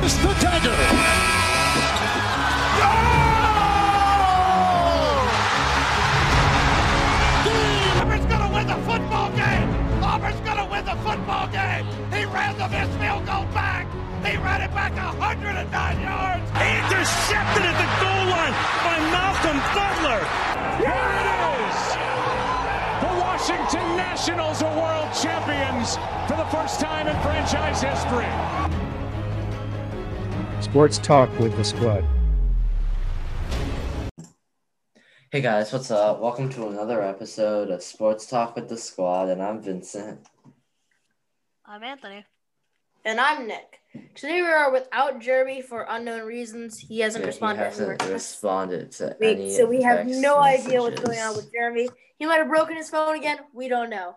Here's the dagger. Auburn's gonna win the football game. Auburn's gonna win the football game. He ran the missed field goal back. He ran it back 109 yards. He intercepted at the goal line by Malcolm Butler. Here it is. The Washington Nationals are world champions for the first time in franchise history. Sports Talk with the Squad. Hey guys, what's up? Welcome to another episode of Sports Talk with the Squad, and I'm Vincent. I'm Anthony. And I'm Nick. Today we are without Jeremy for unknown reasons. He hasn't responded. he to any of hasn't our texts. responded to any We, so we have text no idea what's messages. going on with Jeremy. He might have broken his phone again. We don't know.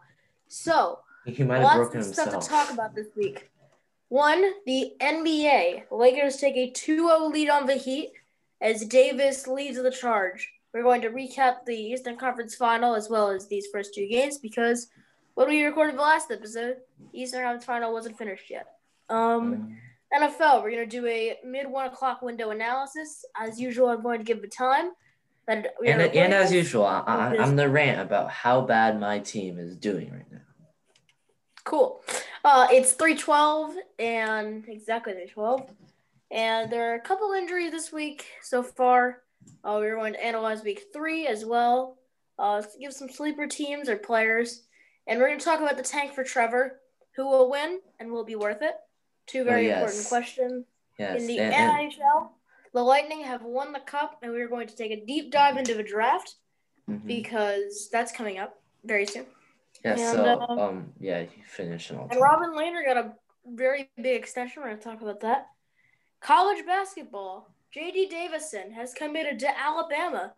So He might have lots broken of himself. stuff to talk about this week. One, the NBA. Lakers take a 2-0 lead on the Heat as Davis leads the charge. We're going to recap the Eastern Conference Final as well as these first two games because when we recorded the last episode, Eastern Conference Final wasn't finished yet. Um, NFL, we're going to do a mid one o'clock window analysis. As usual, I'm going to give the time. That we and are and as recording. usual, I, I, I'm the rant about how bad my team is doing right now. Cool. Uh, it's 312 and exactly 312. And there are a couple injuries this week so far. Uh, we're going to analyze week three as well, uh, give some sleeper teams or players. And we're going to talk about the tank for Trevor, who will win and will be worth it. Two very Oh, yes. important questions. Yes, In the and, and NHL, the Lightning have won the cup, and we're going to take a deep dive into the draft mhm. because that's coming up very soon. yes, and, so uh, um, yeah, you finish and all. And Robin Lehner got a very big extension. We're going to talk about that. College basketball. J.D. Davison has committed to Alabama,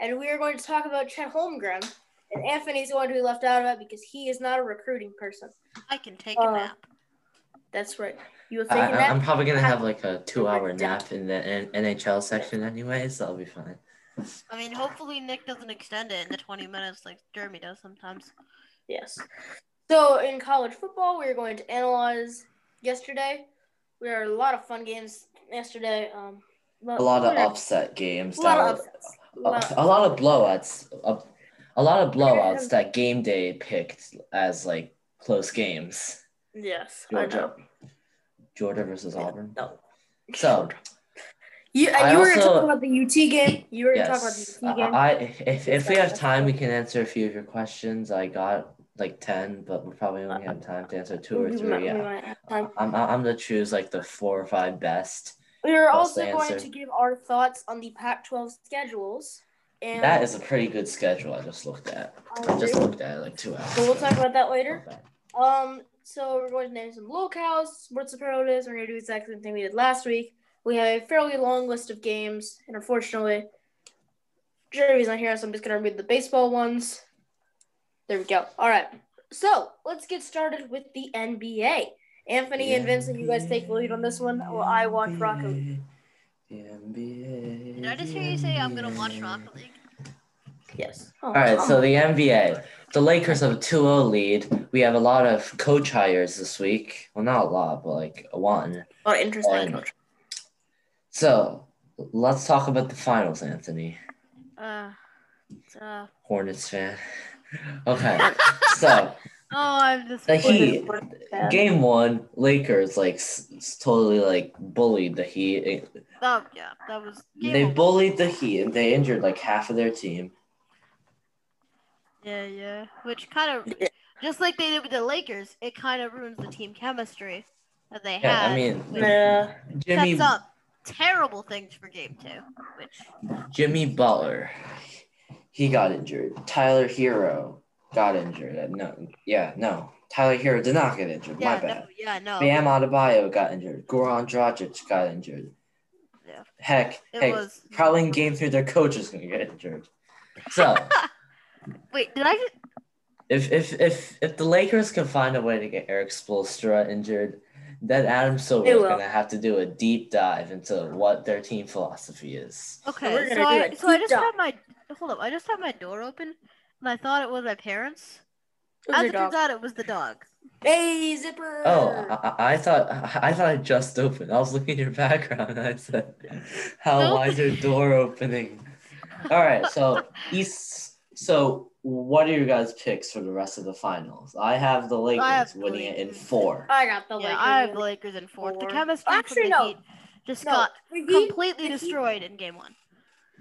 and we are going to talk about Chet Holmgren. And Anthony's going to be left out of it because he is not a recruiting person. I can take Uh, a nap. That's right. You were I, thinking I, that? I'm probably gonna have like a two-hour Breakdown. nap in the N- NHL section anyway, so I'll be fine. I mean, hopefully Nick doesn't extend it into 20 minutes like Jeremy does sometimes. Yes. So in college football, we are going to analyze yesterday. We had a lot of fun games yesterday. Um, A lot of upset games. A lot that of were- upsets. a, Lot- a lot of blowouts, a, a lot of blowouts Yeah. that game day picked as like close games. yes. I know. Georgia, Georgia versus Auburn. No. So You, and I you were going to also- talk about the UT game. You were going to yes, I, talk about the UT game. I if, if we have time, we can answer a few of your questions. I got like ten, but we probably only have time to answer two or We might- three. we Yeah, might have time. I'm I'm gonna choose like the four or five best. We are That's also the going answer. to give our thoughts on the Pac-12 schedules. And That is a pretty good schedule. I just looked at. I I just agree. looked at it like two hours. So we'll ago. talk about that later. Um, so we're going to name some locales, sports superlatives. We're going to do the exact same thing we did last week. We have a fairly long list of games, and unfortunately, Jeremy's not here, so I'm just going to read the baseball ones. There we go. All right. So let's get started with the NBA. Anthony and Vincent, you guys take the lead on this one. Well, I watch Rocket League. The NBA. Did I just hear you say I'm going to watch Rocket League? Yes. All right, so the NBA. The Lakers have a 2 0 lead. We have a lot of coach hires this week. Well, not a lot, but like one. a lot of interesting. And so let's talk about the finals, Anthony. Uh, uh, Hornets fan. Okay, so oh, I'm just. the Heat. Game one, Lakers like s- s- totally like bullied the Heat. Oh, yeah, that was. game They over. bullied the Heat and they injured like half of their team. Yeah, yeah. Which kind of. Yeah. Just like they did with the Lakers, it kind of ruins the team chemistry that they Yeah, had. I mean, Nah. Jimmy sets up terrible things for game two. Which Jimmy Butler, he got injured. Tyler Hero got injured. Uh, No, yeah, no. Tyler Hero did not get injured. yeah, My bad. no, yeah, no. Bam Adebayo got injured. Goran Dragic got injured. Yeah. Heck, It heck, was- probably in game three, their coach is going to get injured. So Wait, did I just? if, if if if the Lakers can find a way to get Eric Spoelstra injured, then Adam Silver They is will. going to have to do a deep dive into what their team philosophy is. we're Okay, gonna so do I, a so I deep just dive. had my hold up. I just had my door open, and I thought it was my parents. Those As are it turns dogs. out, it was the dog. Hey, zipper. Oh, I, I- I thought I I thought it just opened. I was looking at your background and I said, "How No. wide your door opening?" All right, so East. So what are your guys' picks for the rest of the finals? I have the Lakers have the winning it in Lakers. four. I got the yeah, Lakers. I have the Lakers in fourth. The Four. chemistry Actually, from the no. Heat just No, got the Heat, completely the Heat- destroyed in game one.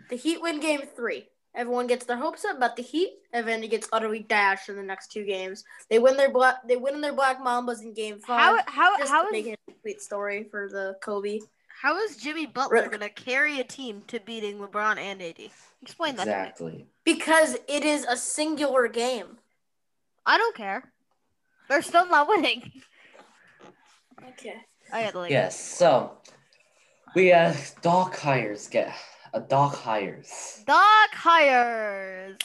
the Heat win game three. Everyone gets their hopes up about the Heat, and then it gets utterly dashed in the next two games. They win their black. They win in their black Mambas in game How five. how just how to is make it a complete story for the Kobe. how is Jimmy Butler Rick. gonna carry a team to beating LeBron and AD? Explain that. To me. Exactly. Because it is a singular game. I don't care. They're still not winning. Okay. I had the Lakers. Yes. So we have Doc Hires get a Doc Hires. Doc hires.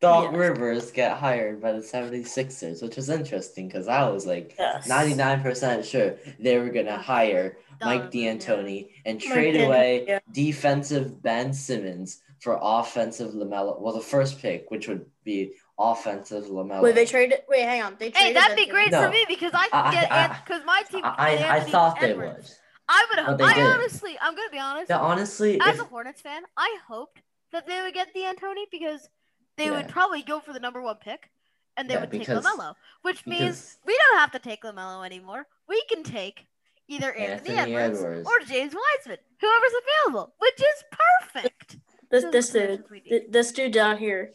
Doc Yes. Rivers get hired by the 76ers, which was interesting because I was like Yes. 99% sure they were going to hire Mike Donovan, yeah. D'Antoni and Mike trade D'Antoni, away yeah. defensive Ben Simmons for offensive Lamelo. Well, the first pick, which would be offensive Lamelo. Wait, they traded. Wait, hang on. They Hey, traded that'd Ben be great Simmons. No. for me because I I- can get I- because my team. I, had I, I Anthony thought they Edwards. would. I would. But they I didn't. honestly, I'm gonna be honest. Now, honestly, As if, a Hornets fan, I hoped that they would get D'Antoni because they would Yeah. probably go for the number one pick, and they Yeah, would take because- Lamelo, which means because we don't have to take Lamelo anymore. We can take either Anthony, Anthony Edwards, Edwards. or James Wiseman, whoever's available, which is perfect. This Those this are the dude, positions we need. th- this dude down here.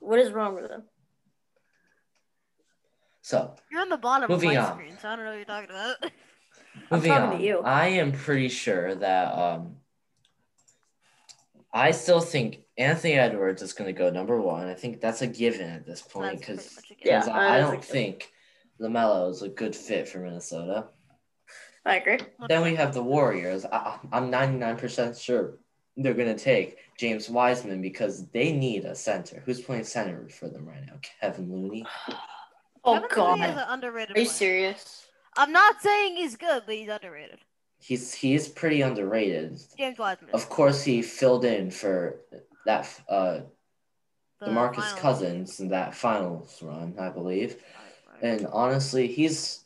What is wrong with him? so You're on the bottom Moving of my on. screen, so I don't know what you're talking about. I'm Moving talking to on, you. I am pretty sure that um, I still think Anthony Edwards is going to go number one. I think that's a given at this point That's pretty because much a given. Yeah, I, I I don't think so. think Lamelo is a good fit for Minnesota. I agree. Then we have the Warriors. I, I'm 99% sure they're going to take James Wiseman because they need a center. Who's playing center for them right now? Kevin Looney. Oh Kevin Durant is God. an underrated. Are you player. serious? I'm not saying he's good, but he's underrated. He's he is pretty underrated. James Wiseman. Of course, he filled in for that uh, DeMarcus finals. Cousins in that finals run, I believe. And honestly, he's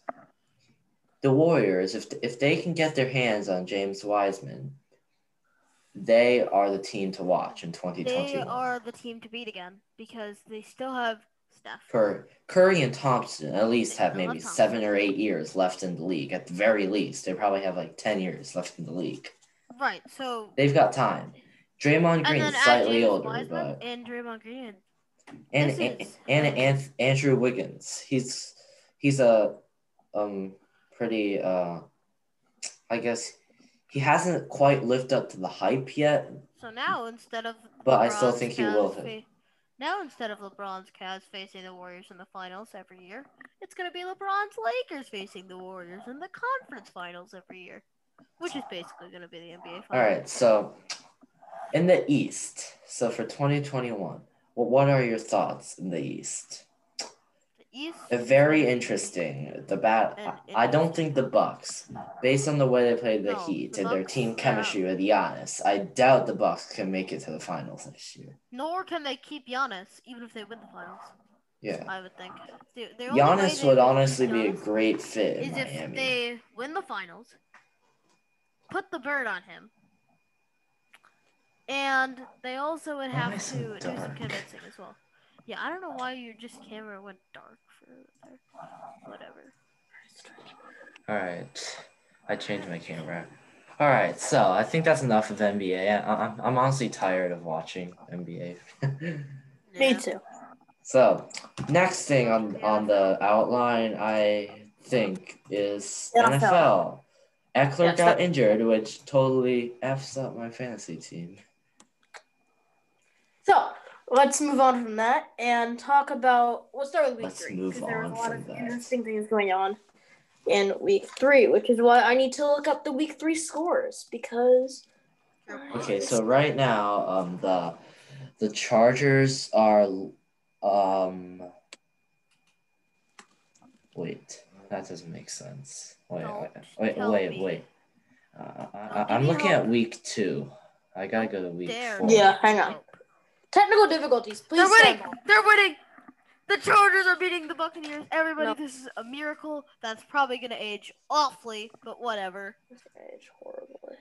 the Warriors. If if they can get their hands on James Wiseman, they are the team to watch in 2021. They are the team to beat again because they still have Steph. Cur- Curry and Thompson at least have I maybe love Thompson. seven or eight years left in the league. At the very least, they probably have like 10 years left in the league. Right. So. They've got time. Draymond and Green's then add slightly James older, Wiseman but and Draymond Green. and This and, is- and, Anth- Andrew Wiggins. He's he's a um pretty uh I guess he hasn't quite lived up to the hype yet. So now instead of. But I still LeBron's think he Cavs will have. fa- now instead of LeBron's Cavs facing the Warriors in the finals every year, it's going to be LeBron's Lakers facing the Warriors in the conference finals every year, which is basically going to be the NBA finals. All right, so in the East, so for 2021, well, what are your thoughts in the East? The East. Uh, Very interesting. The bat. I- I don't think the Bucks, based on the way they played the No, Heat the and their Bucks, team yeah. chemistry with Giannis, I doubt the Bucks can make it to the finals this year. Nor can they keep Giannis, even if they win the finals. Yeah, I would think. The, the only way Giannis they would can keep honestly be a Giannis great fit in is if Miami. they win the finals, put the bird on him, and they also would Why have is to do it some dark? convincing as well. Yeah, I don't know why your just camera went dark for there. whatever. All right, I changed my camera. All right, so I think that's enough of NBA. I, I'm, I'm honestly tired of watching NBA. Yeah. Me too. So, next thing on on the outline, I think is NFL. NFL. Eckler got Yes, that- injured, which totally f's up my fantasy team. So let's move on from that and talk about. We'll start with week Let's three move because there was on a lot from of that. interesting things going on in week three, which is why I need to look up the week three scores because. Okay, so right now, um, the the Chargers are, um, wait, that doesn't make sense. Wait, Don't wait, wait, tell wait, me. wait. Uh, I, Don't I, give I'm me looking hope. at week two. I gotta go to week Dare four. me Yeah, hang on. hope. Technical difficulties, please. They're winning. stand by. They're winning. The Chargers are beating the Buccaneers. Everybody, No. this is a miracle. That's probably going to age awfully, but whatever. It's horrible.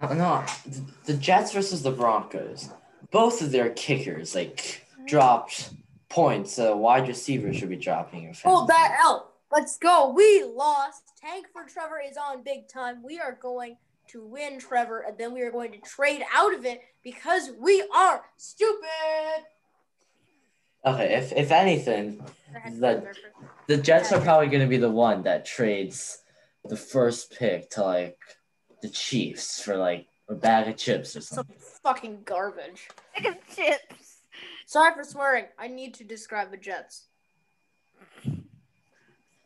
Uh, No, th- the Jets versus the Broncos. Both of their kickers like dropped points that a wide receiver should be dropping. In Hold fantasy. that out. Let's go. We lost. Tank for Trevor is on big time. We are going to win Trevor, and then we are going to trade out of it because we are stupid. Okay, if if anything, The- the Jets are probably going to be the one that trades the first pick to like the Chiefs for like a bag of chips or Some something. fucking garbage. Chicken chips. Sorry for swearing. I need to describe the Jets.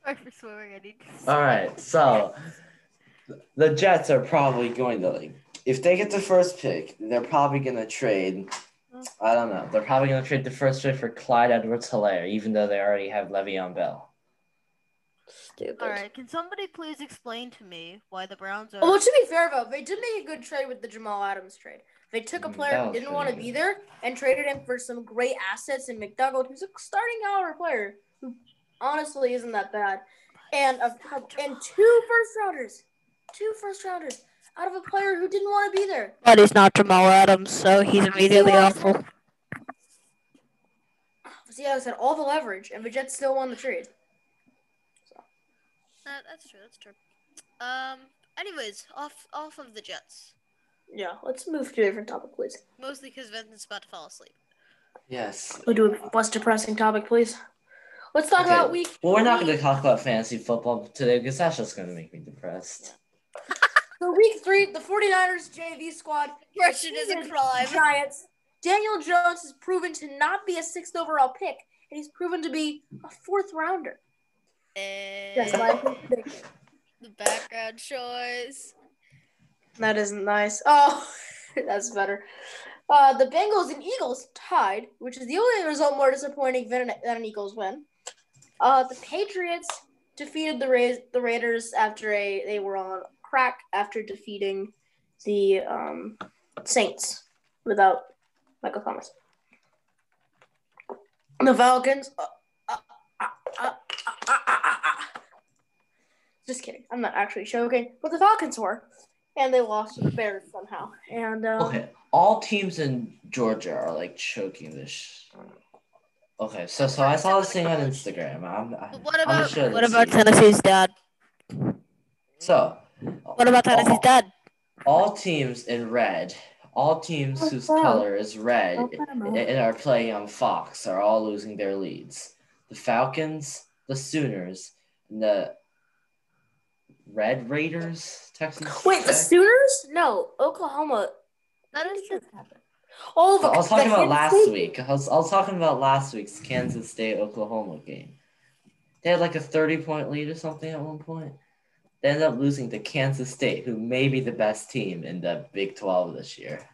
Sorry for swearing. I need Uh, to. All right, so the Jets are probably going to like if they get the first pick, they're probably going to trade. I don't know. They're probably going to trade the first pick for Clyde Edwards-Hilaire, even though they already have Le'Veon Bell. Stupid. All right. Can somebody please explain to me why the Browns are? Well, to be fair though, they did make a good trade with the Jamal Adams trade. They took a Mm, player that who was didn't want to pretty be good. there and traded him for some great assets in McDougald, who's a starting caliber player who honestly isn't that bad, and a, and two first rounders, two first rounders out of a player who didn't want to be there. But it's not Jamal Adams, so he's immediately awful. See, I had all the leverage, and the Jets still won the trade. that's true. That's true. Um. Anyways, off off of the Jets, Yeah, let's move to a different topic, please. mostly because Vincent's about to fall asleep. Yes. We do a less depressing topic, please. Let's talk Okay. about week. Well, we're not going to talk about fantasy football today because that's just going to make me depressed. So week three, the 49ers JV squad. Depression is a crime. Giants. Daniel Jones has proven to not be a sixth overall pick, and he's proven to be a fourth rounder. That's And my prediction. the background choice. That isn't nice. Oh, that's better. Uh, the Bengals and Eagles tied, which is the only result more disappointing than, than an Eagles win. Uh, the Patriots defeated the Ra- the Raiders after a they were on crack after defeating the um, Saints without Michael Thomas. The Falcons. uh, uh, uh, uh, uh, uh, uh, uh. Just kidding. I'm not actually joking, but the Falcons were and they lost to the Bears somehow. And um, Okay. All teams in Georgia are like choking this. Sh- okay. So, so I saw this thing on Instagram. I'm, i But what I'm gonna about show what this about to you. Tennessee's dad? So. What about Tennessee's all, dad? all teams in red, all Oh, teams whose color is red and and are playing on Fox are all losing their leads. The Falcons, the Sooners, and the Red Raiders, Texas. wait, the Tech? Sooners? No, Oklahoma. That is true. Oh, the, I was talking the about Kansas last State- week. I was, I was talking about last week's Kansas State Oklahoma game. They had like a 30 point lead or something at one point. They ended up losing to Kansas State, who may be the best team in the Big 12 this year.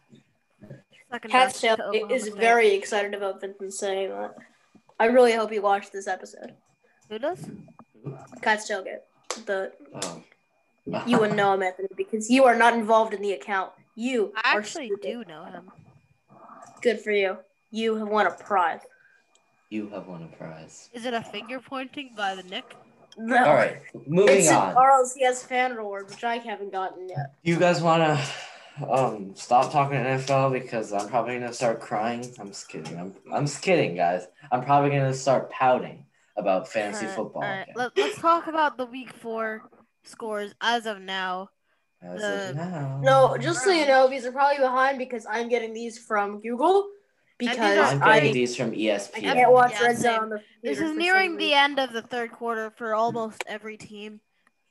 Second Cat best to Sale Oklahoma is State. very excited about Vincent saying that. I really hope you watched this episode. Who does? Cat's tailgate. The Oh. you wouldn't know him, Anthony, because you are not involved in the account. You I are actually stupid. do know him. Good for you. You have won a prize. You have won a prize. Is it a finger pointing by the neck? No. All right, moving Oh. It's on. an RLCS fan award, which I haven't gotten yet. you guys want to um stop talking NFL because I'm probably gonna start crying. I'm just kidding. I'm I'm just kidding, guys. I'm probably gonna start pouting about fantasy Alright, football. alright, again. Let, us talk about the week four scores as of now. I was like, uh, No, just so you know, these are probably behind because I'm getting these from Google because are I'm getting I, these from E ESPN. I can't watch Yeah, Red Zone same. on the This computer is for nearing some the reason. end of the third quarter for almost every team,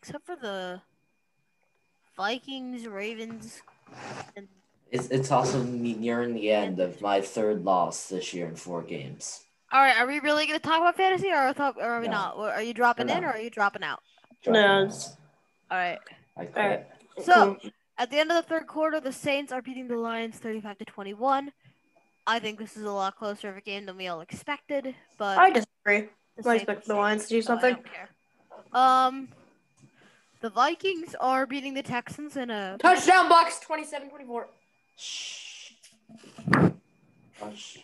except for the Vikings, Ravens, and It's, it's also ne- nearing the end of my third loss this year in four games. all right, are we really gonna talk about fantasy, or are, thought- or are we No. not? Or Are you dropping We're in, or not. are you dropping out? No, it's- All right. I quit. Alright. So at the end of the third quarter, the Saints are beating the Lions 35 to 21. I think this is a lot closer of a game than we all expected, but I disagree. the I Saints- expect the Lions to do Oh, I something. don't care. Um, the Vikings are beating the Texans in a. Touchdown box 27 24. Shh. Hush.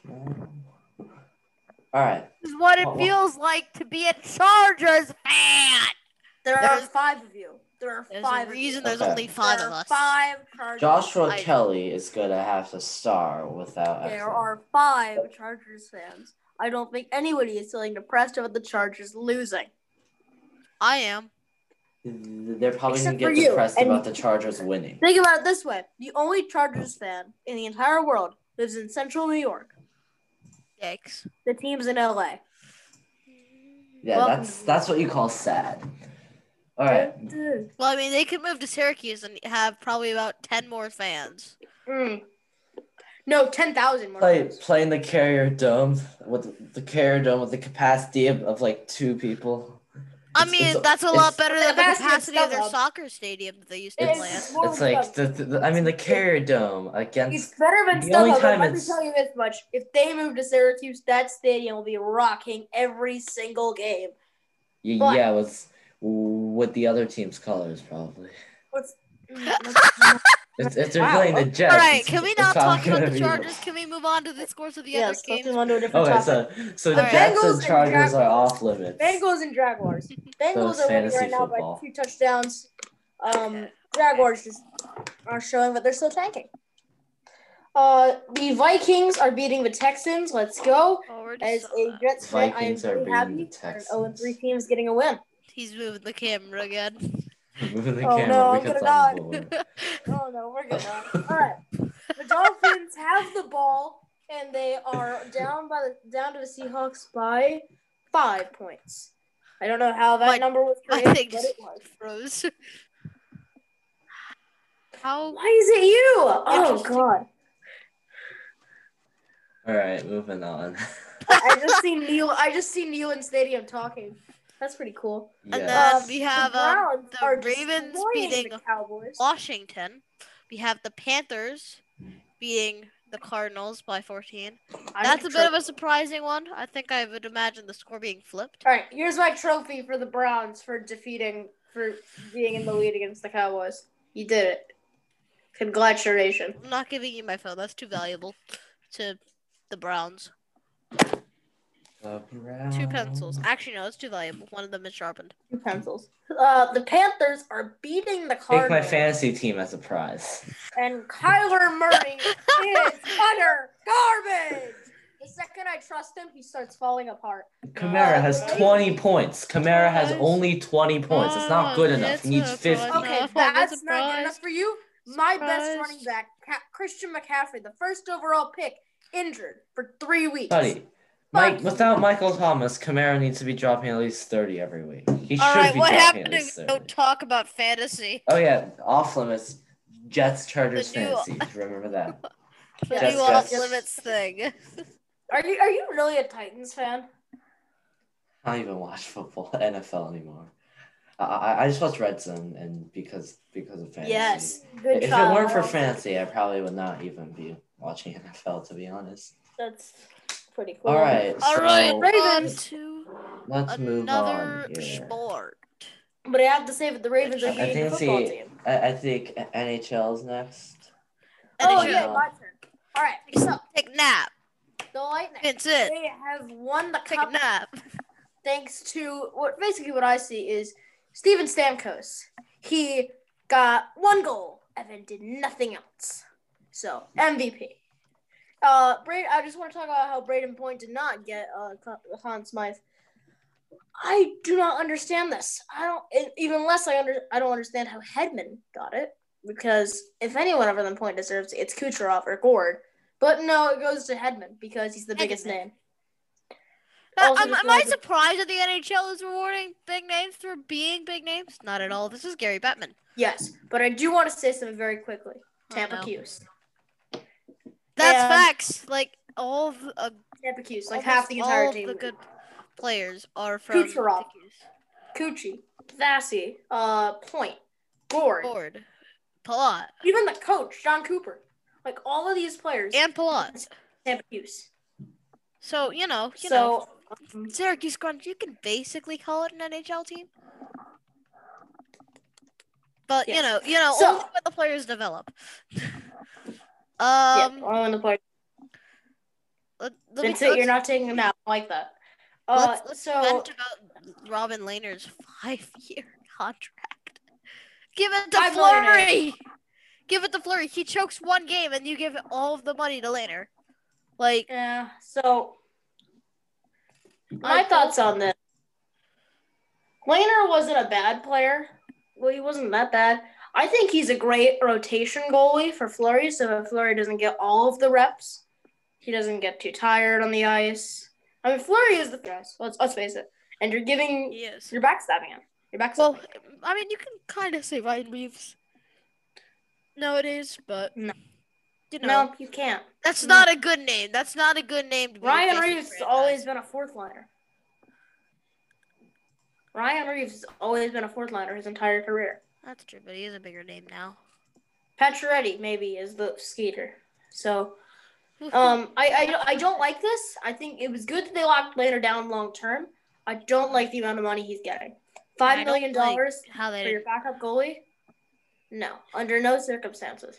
All right. This is what it What- what- feels like to be a Chargers fan. There are There's- five of you. There are There's five. a of reason you. there's Okay. only five there of are us. Five Chargers. Joshua I- Kelly is going to have to star without. There effort. are five Chargers fans. I don't think anybody is feeling depressed about the Chargers losing. I am. They're probably going Except to for get you, depressed and- about the Chargers winning. Think about it this way: the only Chargers fan in the entire world lives in Central New York. Yikes. The team's in LA. Yeah, Well- that's that's what you call sad. All right. Mm. Well, I mean, they could move to Syracuse and have probably about 10 more fans. Mm. No, ten thousand more. Play, fans. playing the Carrier Dome with the Carrier Dome with the capacity of, of like two people. I It's- mean, it's- that's a it's- lot better than the Capacity of capacity of their StubHub. soccer stadium that they used to It's- play. at. more It's than like the, the, the- I mean the Carrier Dome It's against better than The only StubHub. time and Let me it's- tell you this much: if they move to Syracuse, that stadium will be rocking every single game. y- but- yeah with with the other team's colors probably. What's If, if they're Wow. playing the Jets. All right, it's- can we it's not all talk about gonna the be- Chargers? Can we move on to the scores of the yes, other let's move games? on to a different Okay, topic. so so All right. Jets Bengals and and Chargers Jaguars. are off limits. Bengals and Jaguars. Bengals Those are winning fantasy right now football. by two touchdowns. Um, Jaguars just are showing that they're still tanking. Uh, the Vikings are beating the Texans. Let's go. Forward, As Oh, so- a Jets fan, I am Vikings are pretty beating happy. the An Texans. 0 3 team is getting a win. He's moving the camera again. Moving the Oh, camera no, I'm because gonna I'm die. bored. Oh no, we're good. now. All right. The Dolphins have the ball and they are down by the down to the Seahawks by five points. I don't know how that My- number was my created, thing but just- it was. Rose. How Why is it you? Oh Interesting. god. All right, moving on. I just see Neil I just see Neil in stadium talking. That's pretty cool. And yeah. Um, then we have the um, Browns the are Ravens destroying beating the Cowboys. Washington. We have the Panthers beating the Cardinals by 14. I'm That's a tro- bit of a surprising one. I think I would imagine the score being flipped. All right, here's my trophy for the Browns for defeating for being in the lead against the Cowboys. You did it. Congratulations. I'm not giving you my phone. That's too valuable to the Browns. Two pencils. Actually, no, it's too valuable. One of them is sharpened. Two pencils. Uh, the Panthers are beating the Take my Cardinals, fantasy team as a prize. and Kyler Murray is utter garbage. The second I trust him, he starts falling apart. Kamara has 20 points. Kamara has Guys. only 20 points. It's not good enough. He needs It's 50. not- Okay, I'm that's not good enough surprised. for you. My best Surprised. running back, Ca- Christian McCaffrey, the first overall pick, injured for three weeks. Buddy, Mike, without Michael Thomas, Kamara needs to be dropping at least 30 every week. He should All right, be what dropping happened at to least 30. don't talk about fantasy? Oh, yeah. Off limits. Jets, Chargers, The new- fantasy. Remember that. The Yes, new off yes. limits thing. Are you are you really a Titans fan? I don't even watch football, NFL anymore. I, I, I just watch Red Zone and because because of fantasy. Good If it job. weren't for fantasy, I probably would not even be watching NFL to be honest. That's pretty cool. All right, All so right, Ravens. on to let's move another on here. sport. But I have to say that the Ravens are I beating the think football it's the- team. I, I think NHL's next. Oh NHL. yeah, my turn. All right, so Take a nap. the Lightning That's it. they have won the Take a cup nap. thanks to what basically what I see is Steven Stamkos. He got one goal and then did nothing else. So MVP. Uh, Brad, I just want to talk about how Braden Point did not get uh Con- Conn Smythe. I do not understand this. I don't and even less I under I don't understand how Hedman got it because if anyone other than Point deserves it, it's Kucherov or Gord. But no, it goes to Hedman because he's the biggest Hedman. name. Uh, Also am, just am I wanted to- surprised that the NHL is rewarding big names for being big names? Not at all. This is Gary Bettman. Yes, but I do want to say something very quickly. Tampa Oh, no. Hughes. That's Yeah. facts. Like all of the, uh, Tampa Hughes, like almost half the entire all team. Of the good players are from Kucherov. Coochie, Vassy, uh, Point, Gord, Board, Palat, even the coach, John Cooper. Like all of these players, and Palat. Tampa Hughes. So you know, you know, so, um, Syracuse Crunch. You can basically call it an NHL team. But you Yes. know, you know, So- only when the players develop. yeah, um, all in the players. Let, let me- That's it. You're let's- not taking him out I like that. Uh, let's, let's so vent about Robin Lehner's five-year contract. Give it to Five Flurry. Give it to Flurry. He chokes one game, and you give all of the money to Lehner. Like yeah. So my Like, thoughts on this. Laner wasn't a bad player. Well, he wasn't that bad. I think he's a great rotation goalie for Flurry. So if Flurry doesn't get all of the reps, he doesn't get too tired on the ice. I mean, Flurry is the guys. Let's let's face it. And you're giving Yes. you're backstabbing him. You're backstabbing. Well, I mean, you can kind of say Ryan Reeves nowadays, but No. you know, no, you can't. that's no. not a good name. That's not a good name. To be Ryan replacing Reeves has Brad always been a fourth liner. Ryan Reeves has always been a fourth liner his entire career. Dodd. That's true, but he is a bigger name now. Pacioretty maybe is the skater. So um, I, I don't- I don't like this. I think it was good that they locked Laner down long term. I don't like the amount of money he's getting. I Five don't million like dollars How they? for your backup goalie? No, under no circumstances.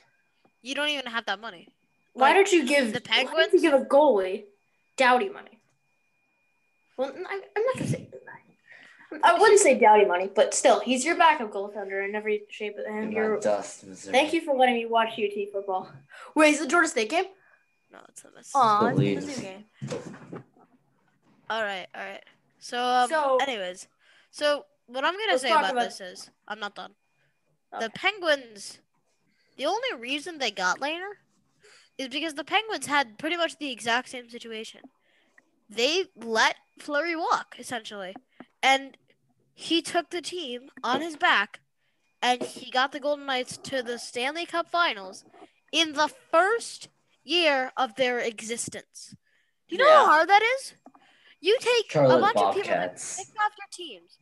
You don't even have that money. Why Like, don't you give the Why don't you give a goalie Dowdy money? Well, n- I, am not gonna say. I wouldn't say Dowdy money, but still, he's your backup goaltender in every shape. And You're your not dust, Missouri. thank you for letting me watch UT football. Wait, is the Georgia State game? No, it's a mess. Aw, The it's the leaves. Mizzou game. All right, all right. So, um, So- anyways, so what I'm gonna Let's say talk about, about- this is I'm not done. The Okay. Penguins, the only reason they got Laner is because the Penguins had pretty much the exact same situation. They let Flurry walk essentially, and he took the team on his back, and he got the Golden Knights to the Stanley Cup Finals in the first year of their existence. Do you know how Yeah. hard that is? You take a Charlotte bunch of people and Bobcats. pick off your teams.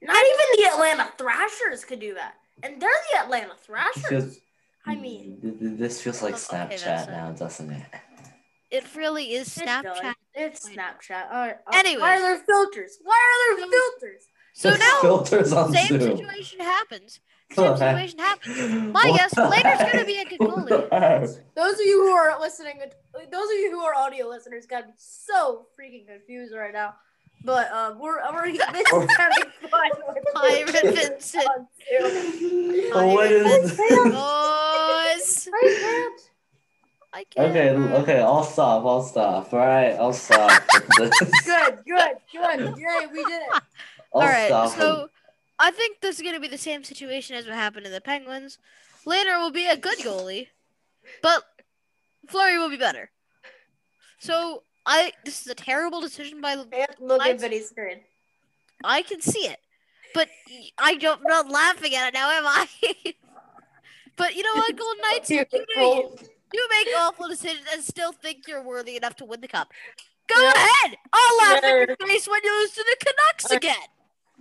Not even the Atlanta Thrashers could do that, and they're the Atlanta This feels- Thrashers. I mean, th- th- this feels like Um, okay, Snapchat that's it. now, doesn't it? It really is it does. Snapchat. It's Snapchat. All right. Anyways. why are there filters? Why are there So- filters? So There's now, filters on same Zoom. situation happens. Same What? situation happens. My What guess, the Laner's heck? gonna be a good What the goalie. heck? Those of you who are listening, those of you who are audio listeners, got to be so freaking confused right now. But um, we're we're this is having fun. with Pirate Vincent. on Zoom. Oh, what is Boys. Right, Matt? I can't. Okay, breathe. okay, I'll stop, I'll stop. All right, I'll stop. I'll Good, good, good. Yay, we did it. All right, stop. so I think this is going to be the same situation as what happened to the Penguins. Laner will be a good goalie, but Flurry will be better. So I this is a terrible decision by And look Mine's- at Vinny's screen. I can see it, but I don't I'm not laughing at it now, am I? but you know what, Golden Knights, you, do you You make awful decisions and still think you're worthy enough to win the cup. Go Yeah. ahead. I'll laugh at Yeah. your face when you lose to the Canucks Uh, again.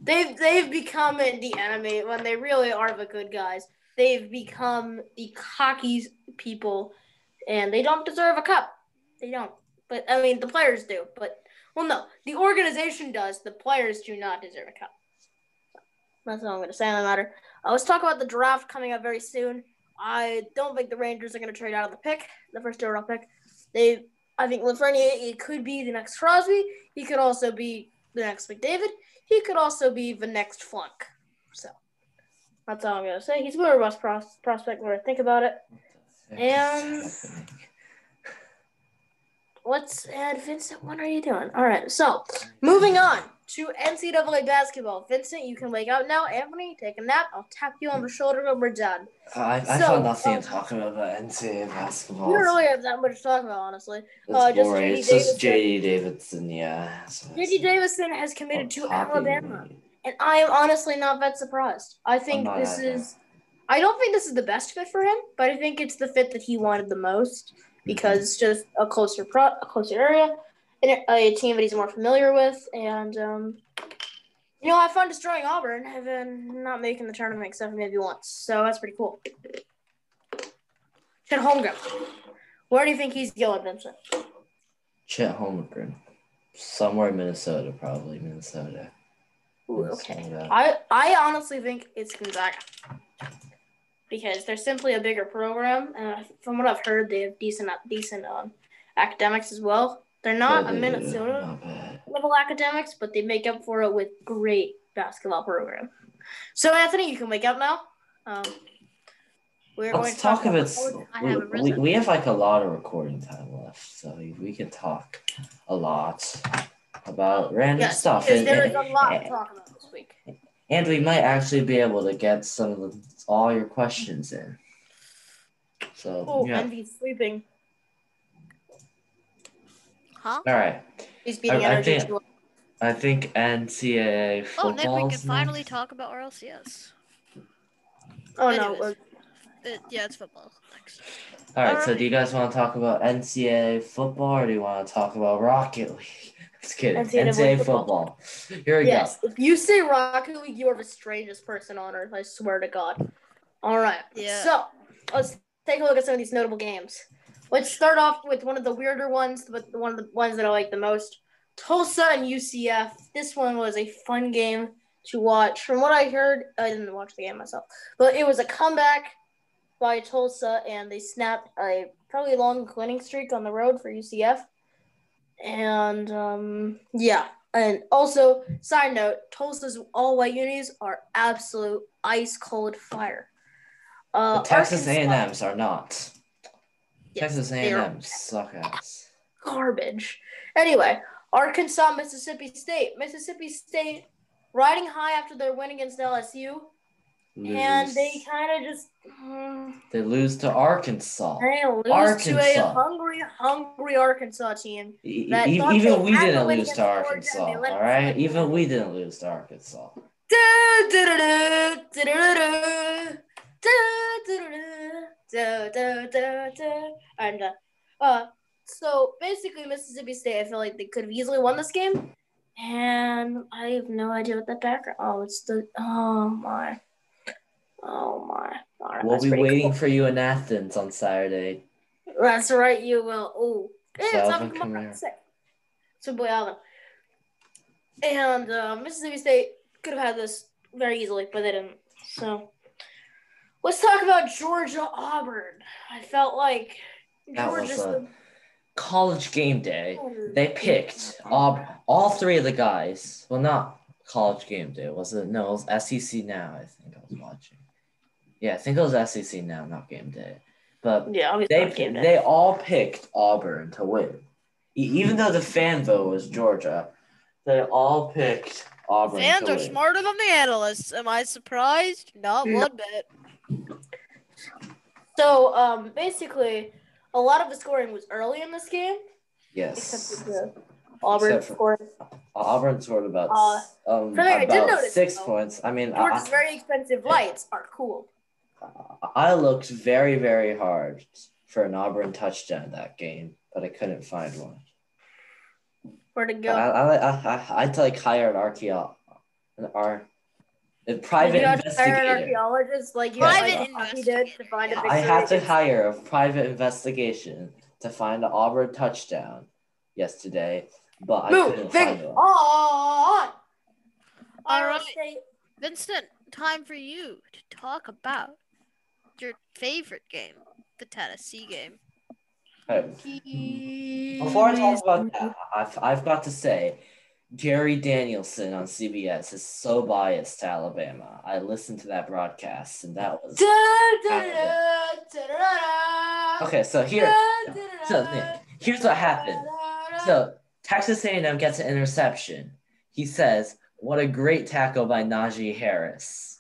They've they've become the enemy when they really are the good guys. They've become the cocky people, and they don't deserve a cup. They don't. But I mean, the players do. But well, no, the organization does. The players do not deserve a cup. That's all I'm gonna say on the matter. Uh, let's talk about the draft coming up very soon. I don't think the Rangers are gonna trade out of the pick, the first overall pick. They, I think Lafreniere it could be the next Crosby. He could also be the next McDavid he could also be the next flunk. So that's all I'm gonna say. He's a more robust pros- prospect when I think about it. and- Let's add Vincent. What are you doing? All right. So moving on to NCAA basketball. Vincent, you can wake up now. Anthony, take a nap. I'll tap you on the shoulder when we're done. I, I so, found nothing um, to talk about about NCAA basketball. We don't really have that much to talk about, honestly. It's uh, just boring. JD it's just Davidson. JD Davidson, yeah. So it's- JD Davison has committed to on top of Alabama, me. and I am honestly not that surprised. I think not this either. is. I don't think this is the best fit for him, but I think it's the fit that he wanted the most. Mm-hmm. because it's just a closer pro, a closer area, and a, a team that he's more familiar with. And um, you know, I found destroying Auburn and then not making the tournament except for maybe once, so that's pretty cool. Chet Holmgren, where do you think he's going, Vincent? Chet Holmgren, somewhere in Minnesota, probably Minnesota. Ooh, Let's okay, find out. I I honestly think it's Gonzaga because they're simply a bigger program, and I- from what I've heard, they have decent decent um, academics as well. They're not a Probably minute not sooner bad. level academics, but they make up for it with great basketball program. So Anthony, you can wake up now. Um, we're going Let's to talk of it. I We, haven't we, risen. we have like a lot of recording time left, so we can talk a lot about random yes, stuff. because and- there and- is a lot to talk about this week. And we might actually be able to get some of the, all your questions in. So, Oh, yeah. Envy's sleeping. Huh? All right. He's beating I- I energy. think- too. I think NCAA Oh, football. Nick, we can finally talk about RLCS. Oh no, anyways. we're- It, yeah, it's football. Next. All right. So, Alright. do you guys want to talk about NCAA football, or do you want to talk about Rocket League? Just kidding. NCAA NCAA, football. football. Here we yes. If you say Rocket League, you are the strangest person on earth. I swear to God. All right. Yeah. So let's take a look at some of these notable games. Let's start off with one of the weirder ones, but one of the ones that I like the most. Tulsa and UCF. This one was a fun game to watch. From what I heard, I didn't watch the game myself, but it was a comeback by Tulsa, and they snapped a probably long winning streak on the road for UCF. And um, yeah, and also side note, Tulsa's all white unis are absolute ice cold fire. go. Uh, The Texas Arkansas- A&M's are not. Yes, Texas they are A&M suck ass. garbage. Anyway, Arkansas, Mississippi State. Mississippi State riding high after their win against LSU. Lose. And they kind of just mm, They lose to Arkansas. they lose to a Arkansas. hungry, hungry Arkansas team. E- that e- thought even they we had the didn't win lose against to Georgia and Arkansas. they let All us right, win. even we didn't lose to Arkansas. Du- du-du-du, du-du-du-du, du-du-du-du, du-du-du-du. I'm done. Uh, so basically, Mississippi State, I feel like they could have easily won this game, and I have no idea what that background. Oh, it's the oh my, oh my. All right, We'll that's be pretty waiting cool. for you in Athens on Saturday. That's right, you will. Oh, hey, it's Alvin, Alvin come here. Kamara. Sick. It's your boy Alvin. And uh, Mississippi State could have had this very easily, but they didn't. So let's talk about Georgia Auburn. I felt like That was Georgia. a college game day. They picked all, all three of the guys. Well, not college game day. Was it? No, it was SEC now. I think I was watching. Yeah, I think it was SEC now, not game day. But Yeah, obviously. they not game day. they all picked Auburn to win, E- even though the fan vote was Georgia. They all picked Auburn. Fans to are win. smarter than the analysts. Am I surprised? Not No. one bit. Mm. So um, basically, a lot of the scoring was early in this game, except Yes. for the Auburn Except for- scored. Auburn scored about Uh, um something I did about notice, six though, points. I mean, I, Georgia's very expensive lights are cool. I looked very very hard for an Auburn touchdown that game, but I couldn't find one. Where to I go? I I I I'd like hire an archaeo an ar, a private you have to hire an investigator. archaeologist like you Private like, Buffy did to find a investigator. big I have to surrogate. hire a private investigation to find the Auburn touchdown yesterday, but I couldn't Moving find one. on. All Iowa right. State, Vincent, time for you to talk about your favorite game, the Tennessee game. Alright, Before I talk about that, I've, I've got to say, Gary Danielson on CBS is so biased to Alabama. I listened to that broadcast, and that was da, da, da, da, da, da. okay. So here, Da, da, da, so da, Nick, here's what happened. da, da. So Texas A&M gets an interception. He says, "What a great tackle by Najee Harris."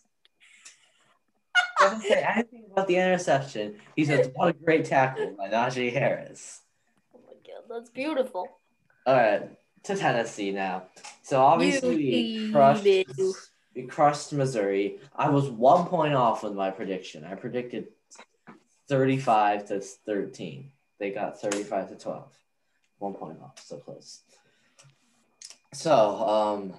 Doesn't say anything about the interception. He says, "What a great tackle by Najee Harris." Oh my God, that's beautiful. All right, to Tennessee now. So obviously we You crushed, baby. we crushed Missouri. I was one point off with my prediction. I predicted 35 to 13. They got 35 to 12. One point off, so close. So um,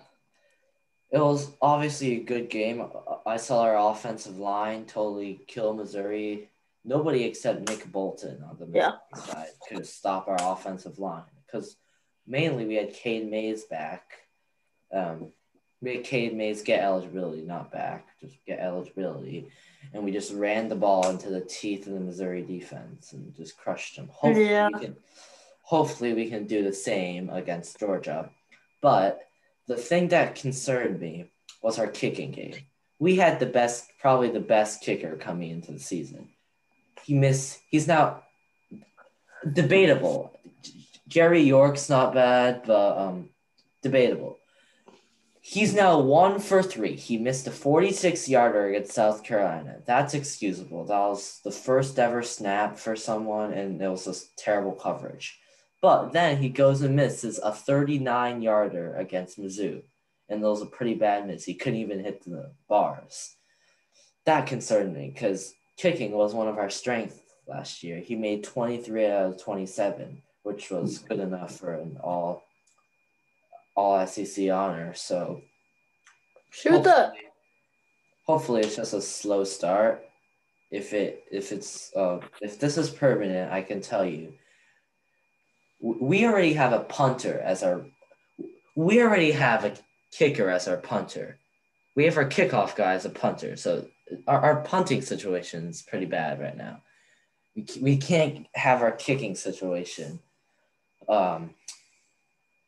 it was obviously a good game. I saw our offensive line totally kill Missouri. Nobody except Nick Bolton on the Missouri side could stop our offensive line because mainly we had Cade Mays back. Um, we had Cade Mays get eligibility, not back, just get eligibility. And we just ran the ball into the teeth of the Missouri defense and just crushed them. Hopefully, Yeah. we can, Hopefully, we can do the same against Georgia. But the thing that concerned me was our kicking game. We had the best, probably the best kicker coming into the season. He missed, he's now debatable. Jerry York's not bad, but um, debatable. He's now one for three. He missed a 46 yarder against South Carolina. That's excusable. That was the first ever snap for someone, and it was just terrible coverage. But then he goes and misses a 39 yarder against Mizzou, and that was a pretty bad miss. He couldn't even hit the bars. That concerned me because kicking was one of our strengths last year. He made 23 out of 27, which was good enough for an all all SEC honor. So Shoot the. hopefully it's just a slow start. If it if it's uh, if this is permanent, I can tell you. w- We already have a punter as our. We already have a kicker as our punter. We have our kickoff guy as a punter. So our, our punting situation is pretty bad right now. We, c- we can't have our kicking situation um,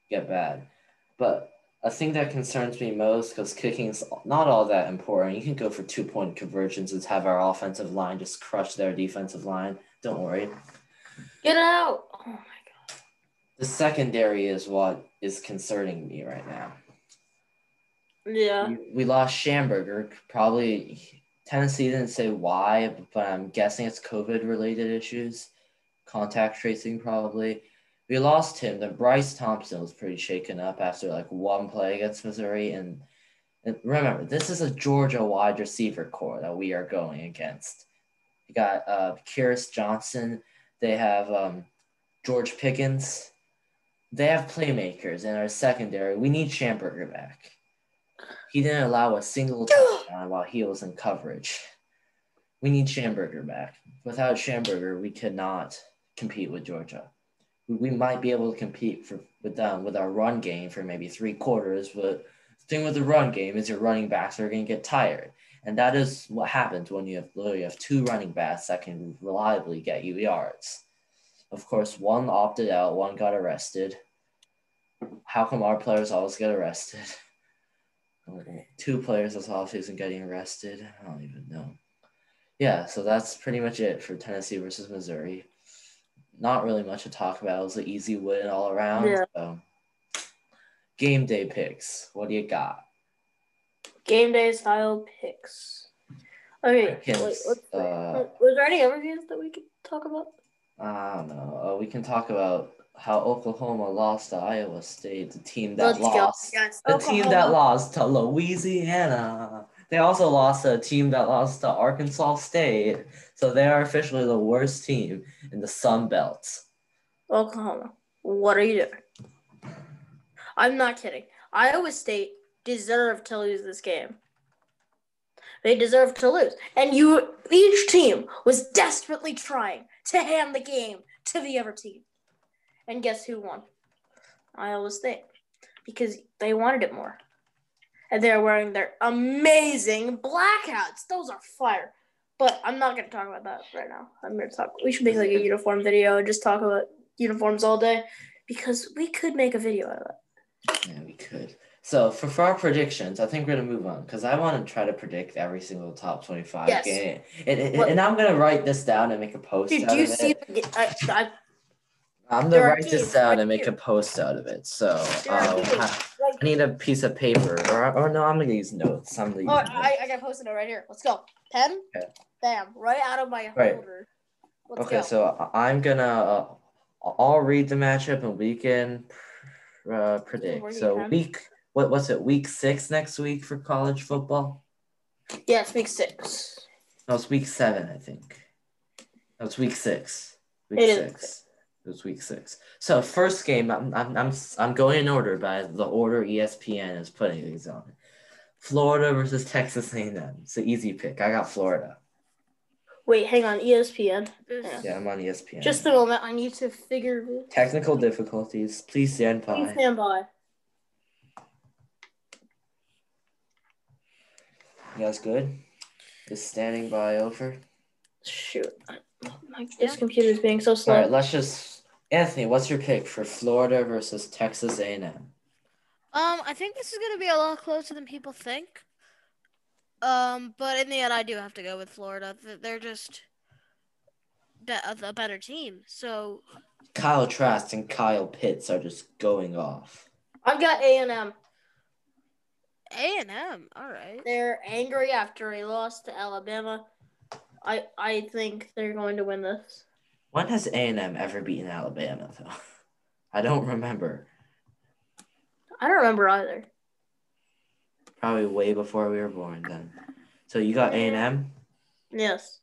get bad. But a thing that concerns me most because kicking's not all that important. You can go for two point conversions and have our offensive line just crush their defensive line. Don't worry. Get out. Oh my The secondary is what is concerning me right now. God. Yeah. We- We lost Schamberger. Probably Tennessee didn't say why, but I'm guessing it's COVID related issues, contact tracing probably. We lost him. Then Bryce Thompson was pretty shaken up after like one play against Missouri. And, and remember, this is a Georgia wide receiver core that we are going against. You got uh, Kyrus Johnson. They have um, George Pickens. They have playmakers in our secondary. We need Schamberger back. He didn't allow a single touchdown while he was in coverage. We need Schamberger back. Without Schamberger, we cannot compete with Georgia. We- We might be able to compete for, with them with our run game for maybe three quarters, but the thing with the run game is your running backs are going to get tired. And that is what happens when you have literally have two running backs that can reliably get you yards. Of course, one opted out, one got arrested. How come our players always get arrested? Okay. Two players this offseason getting arrested. I don't even know. Yeah, so that's pretty much it for Tennessee versus Missouri. Not really much to talk about. It was an easy win all around. Yeah. So. Game day picks. What do you got? Game day style picks. Okay. Wait, Picks, let's, Oh, uh, was there any other games that we could talk about? I don't know. Uh, we can talk about how Oklahoma lost to Iowa State, the team that Let's go. lost. Yes. The team that Oklahoma. lost to Louisiana. They also lost to a team that lost to Arkansas State. So they are officially the worst team in the Sun Belt. Oklahoma. What are you doing? I'm not kidding. Iowa State deserved to lose this game. They deserved to lose. And you each team was desperately trying to hand the game to the other team. And guess who won? Iowa State. Because they wanted it more. And they're wearing their amazing blackouts. Those are fire. But I'm not gonna talk about that right now. I'm gonna talk we should make like a uniform video and just talk about uniforms all day because we could make a video out of it. Yeah, we could. So for, for our predictions, I think we're gonna move on because I want to try to predict every single top twenty-five Yes. game, and, and, What- and I'm gonna wite this down and make a post. Dude, out do you of it. see? I, I, I'm There gonna are write this keys down right and make a here. post out of it. So There are um, keys. I like, I need a piece of paper, or, or no, I'm gonna use notes. I'm gonna use oh, notes. I, I got posted it right here. Let's go. Pen, Okay. bam, right out of my Right. holder. Let's Okay, go. so I- I'm gonna uh, I'll read the matchup and we can uh, predict. word you So can. week what what's it? Week six next week for college football? yeah, it's week six. No, it's week seven, I think. No, it's week six. Week It is week six. It was week six. So first game, I'm I'm I'm, I'm going in order by the order E ESPN is putting these on. Florida versus Texas A&M. It's an easy pick. I got Florida. Wait, hang on. E ESPN. Yeah. Yeah, I'm on E ESPN. Just a moment. I need to figure. technical difficulties. Please stand by. Please stand by. You guys good? Is standing by over? Shoot. I- My, this computer's being so slow. All right, let's just. Anthony, what's your pick for Florida versus Texas A&M? Um, I think this is gonna be a lot closer than people think. Um, but in the end, I do have to go with Florida. Th- They're just be- a- a better team. So Kyle Trask and Kyle Pitts are just going off. I've got A and M. A and M, all right. They're angry after a loss to Alabama. I I think they're going to win this. When has A&M ever beaten Alabama, though? I don't remember. I don't remember either. Probably way before we were born then. So you got A&M? Yes.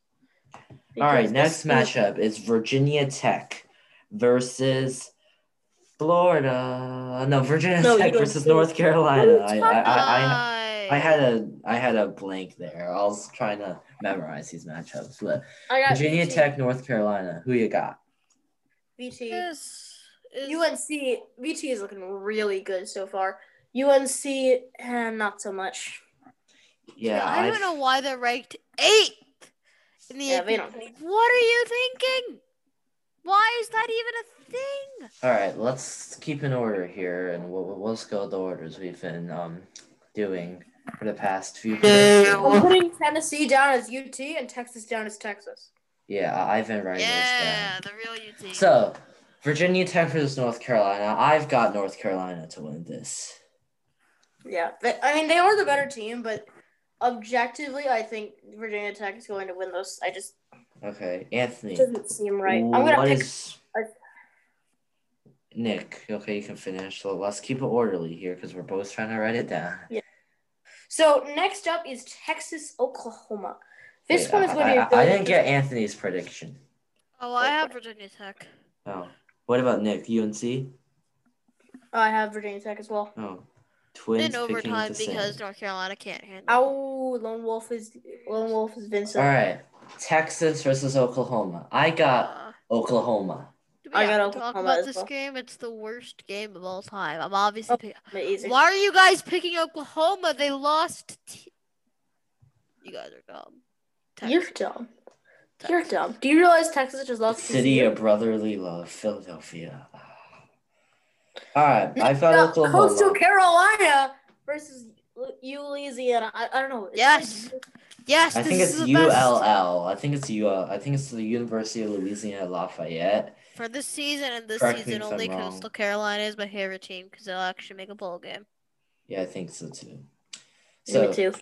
All right, Because next this- matchup is Virginia Tech versus Florida. No, Virginia No, you Tech don't versus say- North Carolina. I, I, I, I, I, I had a I had a blank there. I was trying to memorize these matchups. But I got Virginia VT. Tech, North Carolina. Who you got? VT. This is UNC VT is looking really good so far. UNC eh, not so much. Yeah, I don't I've- know why they're ranked eighth in the Yeah, they AP. don't- What are you thinking? Why is that even a thing? All right, let's keep an order here, and we'll, we'll let's go with the orders we've been um doing for the past few. I'm putting Tennessee down as UT and Texas down as Texas. Yeah, I- I've been writing Yeah, this the real UT. down. uh, So, Virginia Tech versus North Carolina. I've got North Carolina to win this. Yeah, they, I mean they are the better team, but objectively, I think Virginia Tech is going to win those. I just Okay, Anthony. it doesn't seem right. I'm gonna what pick. is- I- Nick, okay, you can finish. So let's keep it orderly here because we're both trying to write it down. So next up is Texas Oklahoma. This Wait, one is I- going to be. I- I didn't get Anthony's prediction. oh, I have Virginia Tech. Oh, what about Nick? UNC? I have Virginia Tech as well. Oh, twins in picking overtime the same. because North Carolina can't handle. it. Oh, Lone Wolf is Lone Wolf is Vincent. All right, Texas versus Oklahoma. I got Uh, Oklahoma. do we I have got to talk Oklahoma about as this well. game? It's the worst game of all time. I'm obviously. Oh. Pick- But easy. Why are you guys picking Oklahoma? They lost. T- you guys are dumb. You're dumb. You're dumb. Do you realize Texas just The lost? to city Houston? of brotherly love, Philadelphia. Ah. All right, I've got No, Oklahoma. Coastal Carolina versus U- Louisiana. I, I don't know. It's Yes. like- Yes, I this think is it's the best ULL. I think it's UL. I think it's the University of Louisiana Lafayette. for this season and this Correct me season if I'm only. wrong. Coastal Carolina is my favorite team because they'll actually make a bowl game. Yeah, I think so too. Me So too.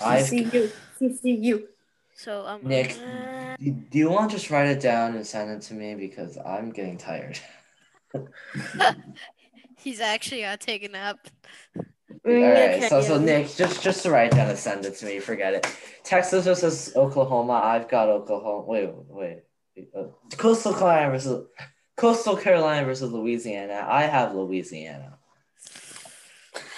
I've CCU. CCU. So um, Nick. uh, Do do you want to just write it down and send it to me because I'm getting tired. he's actually uh, taking a nap. All Mm, right, Okay. so so Nick, just just to write down and send it to me. Forget it. Texas versus Oklahoma. I've got Oklahoma. Wait, wait. wait. Uh, Coastal Carolina versus Coastal Carolina versus Louisiana. I have Louisiana.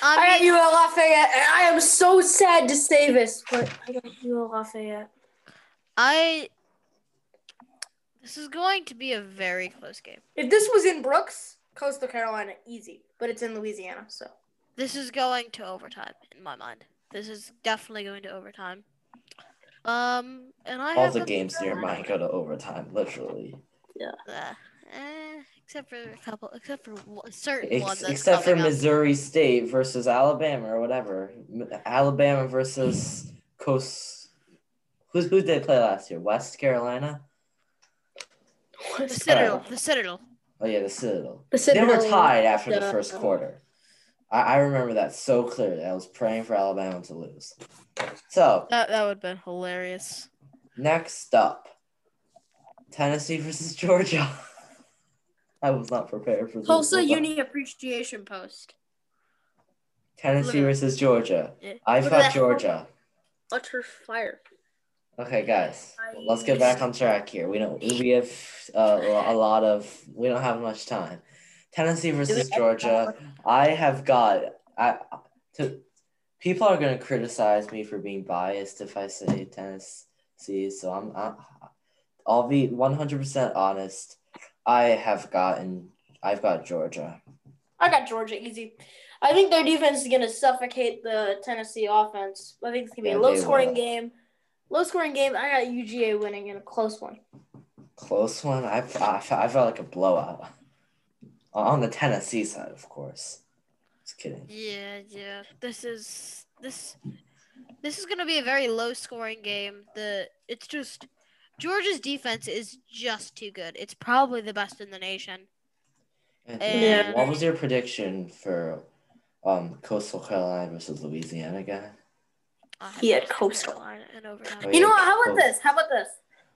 I I got mean, you at Lafayette, and I am so sad to say this, but I got you at Lafayette. I. This is going to be a very close game. If this was in Brooks, Coastal Carolina, easy, but it's in Louisiana, so This is going to overtime in my mind. This is definitely going to overtime. Um, and I All have the Coastal games near Carolina. mine go to overtime, literally. Uh, eh, except for a couple, except for one- a certain one. Ex- That's except for coming up. Missouri State versus Alabama or whatever. M- Alabama versus Coast. Who who did they play last year? West Carolina. the Citadel. The Citadel. Oh yeah, the Citadel. the they were tied after the yeah. first quarter. I, I remember that so clearly. I was praying for Alabama to lose. So That that would have been hilarious. next up, Tennessee versus Georgia. I was not prepared for this. Tulsa Hold on. Uni Appreciation Post. Tennessee versus Georgia. Yeah. I've Look at got that. Georgia. Utter fire. Okay, guys, let's get back on track here. We don't. We have uh, a lot of. We don't have much time. Tennessee versus Georgia. I have got. I to. People are gonna criticize me for being biased if I say Tennessee, so I'm. I, I'll be one hundred percent honest. I have gotten. I've got Georgia. I got Georgia easy. I think their defense is going to suffocate the Tennessee offense. I think it's going to be Yeah, a they low scoring will. game. Low scoring game. I got UGA winning in a close one. Close one. I, I, I felt like a blowout. On the Tennessee side, of course. Just kidding. Yeah, yeah. This is this this is gonna be a very low scoring game. The it's just Georgia's defense is just too good. It's probably the best in the nation. Anthony, Yeah. What was your prediction for um, Coastal Carolina versus Louisiana guy? I have He had North Coastal. Carolina in overtime. Oh, You know yeah, what? How about Coastal. this? How about this?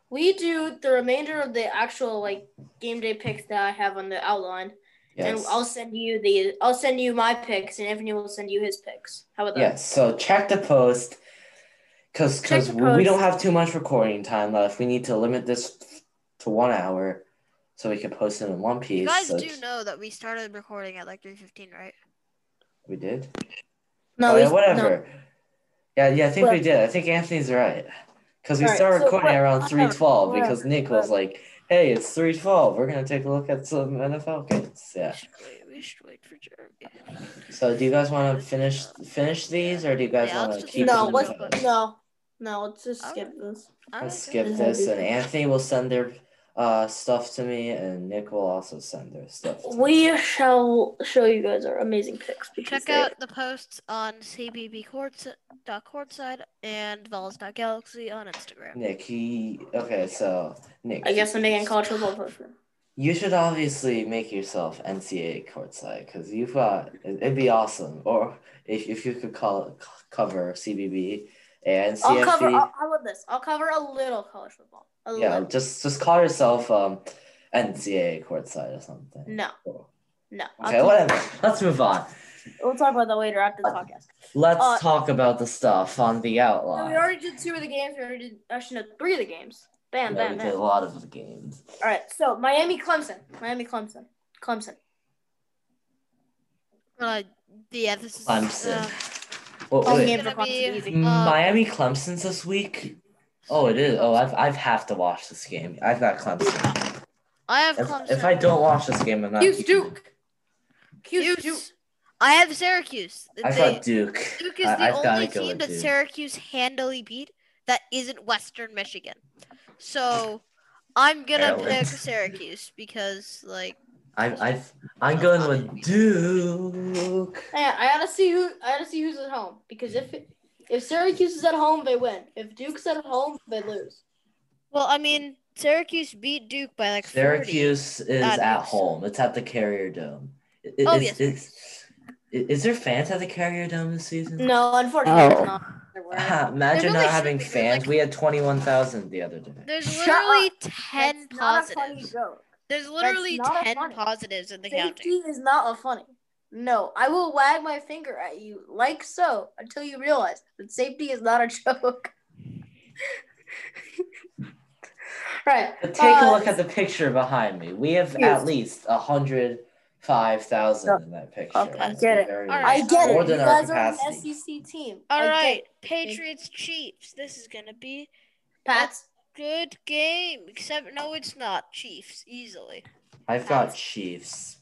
We do the remainder of the actual like game day picks that I have on the outline, and Yes. I'll send you the I'll send you my picks, and Anthony will send you his picks. How about that? Yes. So check the post because Check because the we don't post. have too much recording time left. We need to limit this to one hour so we can post it in one piece. You guys so do know that we started recording at like 3:15, right? We did. No, oh, yeah, he's- whatever. no. Yeah, yeah, I think we Well- did. I think Anthony's right. Because we Alright, started so recording what- around whatever, 312 because whatever, Nick was like, hey, it's 312. We're going to take a look at some NFL games. We Yeah. should wait, we should wait for Jeremy. So do you guys want to finish finish these or do you guys Yeah, want let's to just keep do No, them them? let's- what? separate. No, no. Let's just skip this. I Let's don't care. skip this and Anthony will send their uh, stuff to me and Nick will also send their stuff. To me. We shall show you guys our amazing picks. because Check they- out the posts on cbbcourts.courtside and vols.galaxy on Instagram. Nick, he. Okay, so Nick. I guess I'm making college football postman. You should obviously make yourself NCAA courtside because you've got it- it'd be awesome. Or if, if you could call it, c- cover CBB and CFC, I'll cover. I'll, how about this? I'll cover a little college football. A yeah, little. just just call yourself um NCAA courtside or something. No, Cool. no. I'll Okay, keep- whatever. Let's move on. We'll talk about that later after the Uh, podcast. Let's Uh, talk about the stuff on the outlaw. So we already did two of the games. We already did actually no three of the games. Bam, yeah, we bam, did bam. a All lot of the games. right. So Miami, Clemson, Miami, Clemson, Clemson. Uh, yeah, this is Clemson. Mm, uh, What Oh, Home wait, game for Gonna be- Clemson, easy. Uh, Miami Clemson's this week? Oh, it is. Oh, I've, I've have to watch this game. I've got Clemson. I have If, Clemson. if I don't watch this game, I'm not. Hughes, Duke. Hughes, Duke. Syracuse. I have Syracuse. I They- thought Duke. Duke is I- the I've only gotta go team with that Duke. Syracuse handily beat that isn't Western Michigan. So I'm gonna Maryland. pick Syracuse because like I'm I, I'm going with Duke. Yeah, I gotta see who. I gotta see who's at home because if it- if Syracuse is at home, they win. If Duke's at home, they lose. well, I mean Syracuse beat Duke by like 40. Syracuse is Uh, at Duke's. home. It's at the Carrier Dome. I- I- Oh, is, yes. is, i- is there fans at the Carrier Dome this season? No, Oh. unfortunately, it's not. They're winning. Imagine There not really having should be. There's fans. like- we had twenty-one thousand the other day. There's Shut literally ten That's not a funny positives. joke. There's literally not a ten funny- positives in the Safety counting. is not a funny. No, I will wag my finger at you like so until you realize that safety is not a joke. right. But take a uh, look at the picture behind me. We have Yes. at least hundred five thousand in that picture. Okay, I It's get it. very- All right. I get More it. You than our guys are an capacity. SEC team. All I get right, it. Patriots Chiefs. This is gonna be Pats. good game. Except no, it's not Chiefs easily. I've got Chiefs.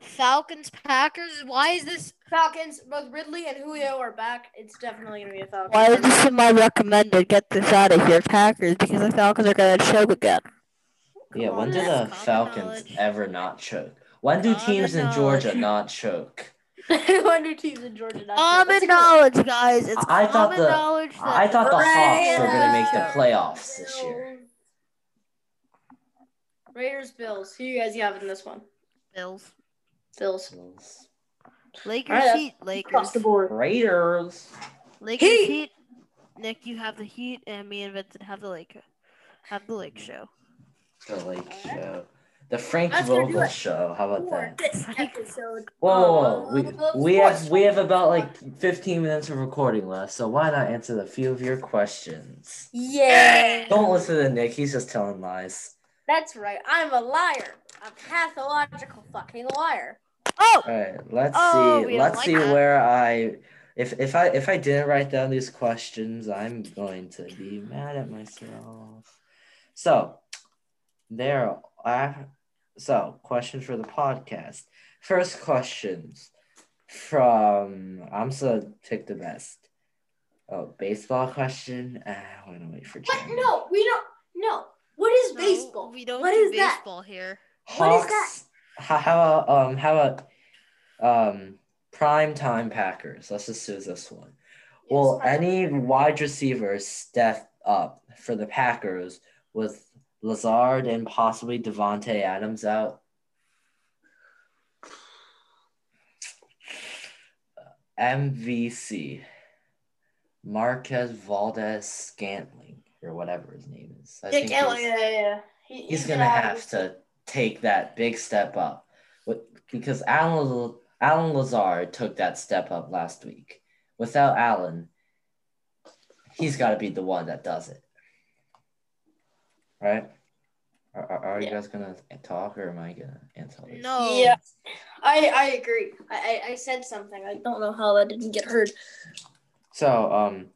Falcons Packers. Why is this? Falcons, both Ridley and Julio are back. It's definitely gonna be a Falcons. in my recommended? Get this out of here, Packers, because the Falcons are gonna choke again. Yeah, Come when on, do that's the common Falcons knowledge. ever not choke? When do Common teams in knowledge. Georgia not choke? Wonder teams in Georgia. not Common Let's go. knowledge, guys. It's I thought common the- knowledge. That I thought the Hawks were going to make Raiders. the playoffs this year. Raiders, Bills. Who you guys have in this one? Bills, Bills. Lakers, Alright, that's Heat, Lakers, Across the board. Raiders. Lakers, Heat. heat. Nick, you have the Heat, and me and Vincent have the Lake, have the Lake Show. The Lake Show. The Frank That's gonna do Vogel it. Show. How about that? this episode. Whoa, whoa, whoa. of We, we have Sports we have about Talk. like 15 minutes of recording left, so why not answer a few of your questions? Yeah. Don't listen to Nick. He's just telling lies. That's right. I'm a liar. I'm pathological fucking liar. Oh, All right, let's Oh, see. we don't Let's like see that. where I if if I if I didn't write down these questions, I'm going to be mad at myself. So there are so questions for the podcast. First questions from I'm so pick the best. Oh, baseball question. Ah, I'm gonna wait for What? Jeremy. No, we don't. No. What is No, we don't What do is that? baseball here. What is Hawks. How, how about um how about um primetime Packers? Let's just do this one. Will any wide receivers step up for the Packers with Lazard and possibly Devonte Adams out? MVC Marquez Valdez Scantling or whatever his name is. I Dick think Elliott, he's- yeah, yeah, yeah. He- he's gonna have to take that big step up, What- because Alan Alan Lazard took that step up last week. Without Alan, he's got to be the one that does it, right? Are, are, are you Yeah. guys gonna talk, or am I gonna answer? this? No. Yeah, I I agree. I, I I said something. I don't know how that didn't get heard. So, um,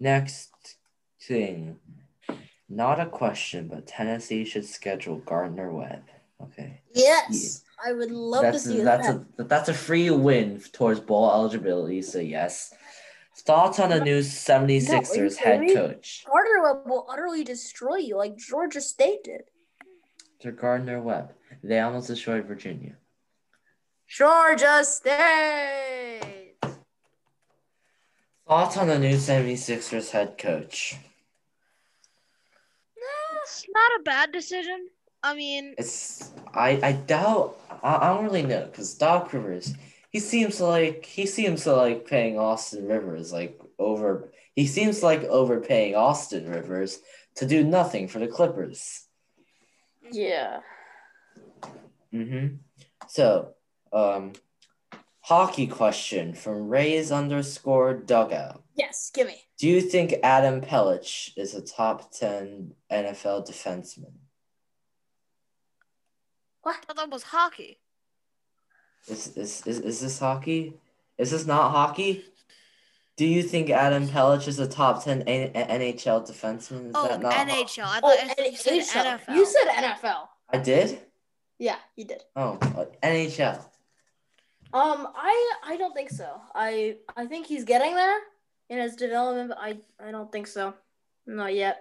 next thing, not a question, but Tennessee should schedule Gardner Webb. Okay. Yes, I would love that's to a, see that's that. a that's a free win towards bowl eligibility. So yes. Thoughts on the new 76ers No, are you head kidding me? coach, Gardner Webb will utterly destroy you like Georgia State did. Mr. Gardner Webb. They almost destroyed Virginia. Georgia State. Thoughts on the new 76ers head coach. It's not a bad decision. I mean, It's I I doubt I, I don't really know because Doc Rivers he seems like he seems to like paying Austin Rivers like over he seems like overpaying Austin Rivers to do nothing for the Clippers. Yeah. Mm-hmm. So, um, hockey question from Rays underscore dugout. Yes, give me. Do you think Adam Pellich is a top 10 NFL defenseman? I thought that was hockey. Is, is, is, is this hockey? Is this not hockey? Do you think Adam Pellich is a top 10 N- NHL defenseman? Is oh, that not NHL. I thought Oh, I- you said NHL. NFL. You said NFL. I did? Yeah, you did. Oh, uh, NHL. Um, I I don't think so. I I think he's getting there in his development, but I I don't think so. Not yet.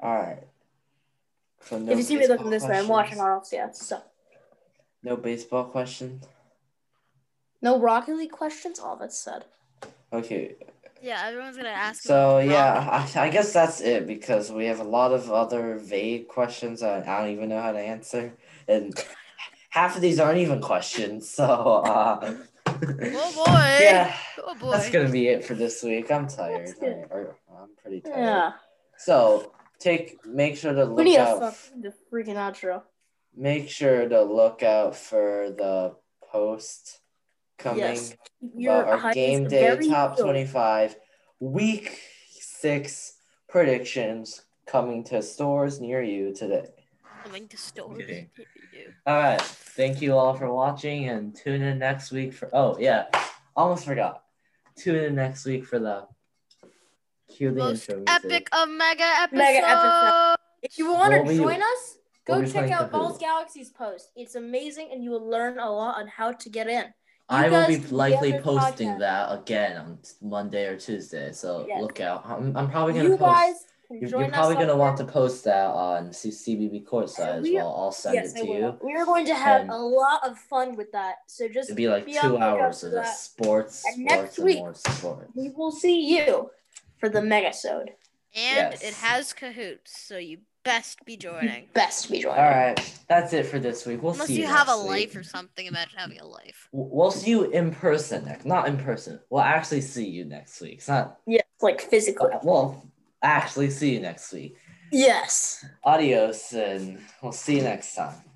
All right. So no if you see me looking baseball this way, I'm questions? watching RLCS. So No baseball question? no Rocket League questions. All that's said. Okay, Yeah, everyone's gonna ask. So about Rocket. yeah, I, I guess that's it because we have a lot of other vague questions that I don't even know how to answer, and half of these aren't even questions. So uh, Oh boy. yeah, Oh boy. that's gonna be it for this week. I'm tired. That's it. I, am pretty tired. Yeah. So take make sure to We look need a out. fuck- the freaking outro. Make sure to look out for the post coming Yes. about our highest game day very top low. 25 week six predictions coming to stores near you today. Coming to stores. Okay. You. All right. Thank you all for watching and tune in next week for. Oh, yeah. Almost forgot. Tune in next week for the. Cue the Most intro music. epic of mega episode. Mega episode. If you want to What were you- join us, what go were you check playing out for who? Balls Galaxy's post. It's amazing, and you will learn a lot on how to get in. I will be guys- likely other posting podcast. that again on Monday or Tuesday, so Yeah. look out. I'm, I'm probably gonna You post. guys can you're, join you're probably us. on gonna want there. to post that on C- CBB Courtside as We- well. I'll send yes, it I to will. you. We are going to have And- a lot of fun with that. So just It'd be like on two the lookout hours for of that. just sports, And sports, next week- and more sports. We will see you for the megasode. And Yes. it has cahoots, so you best be You joining. best be joining. All right, that's it for this week. We'll Unless see you. you have a next life week. or something. Imagine having a life. W- We'll see you in person. next- Not in person. We'll actually see you next week. It's not. Yes, like physically. We'll actually see you next week. Yes. Adios, and we'll see you next time.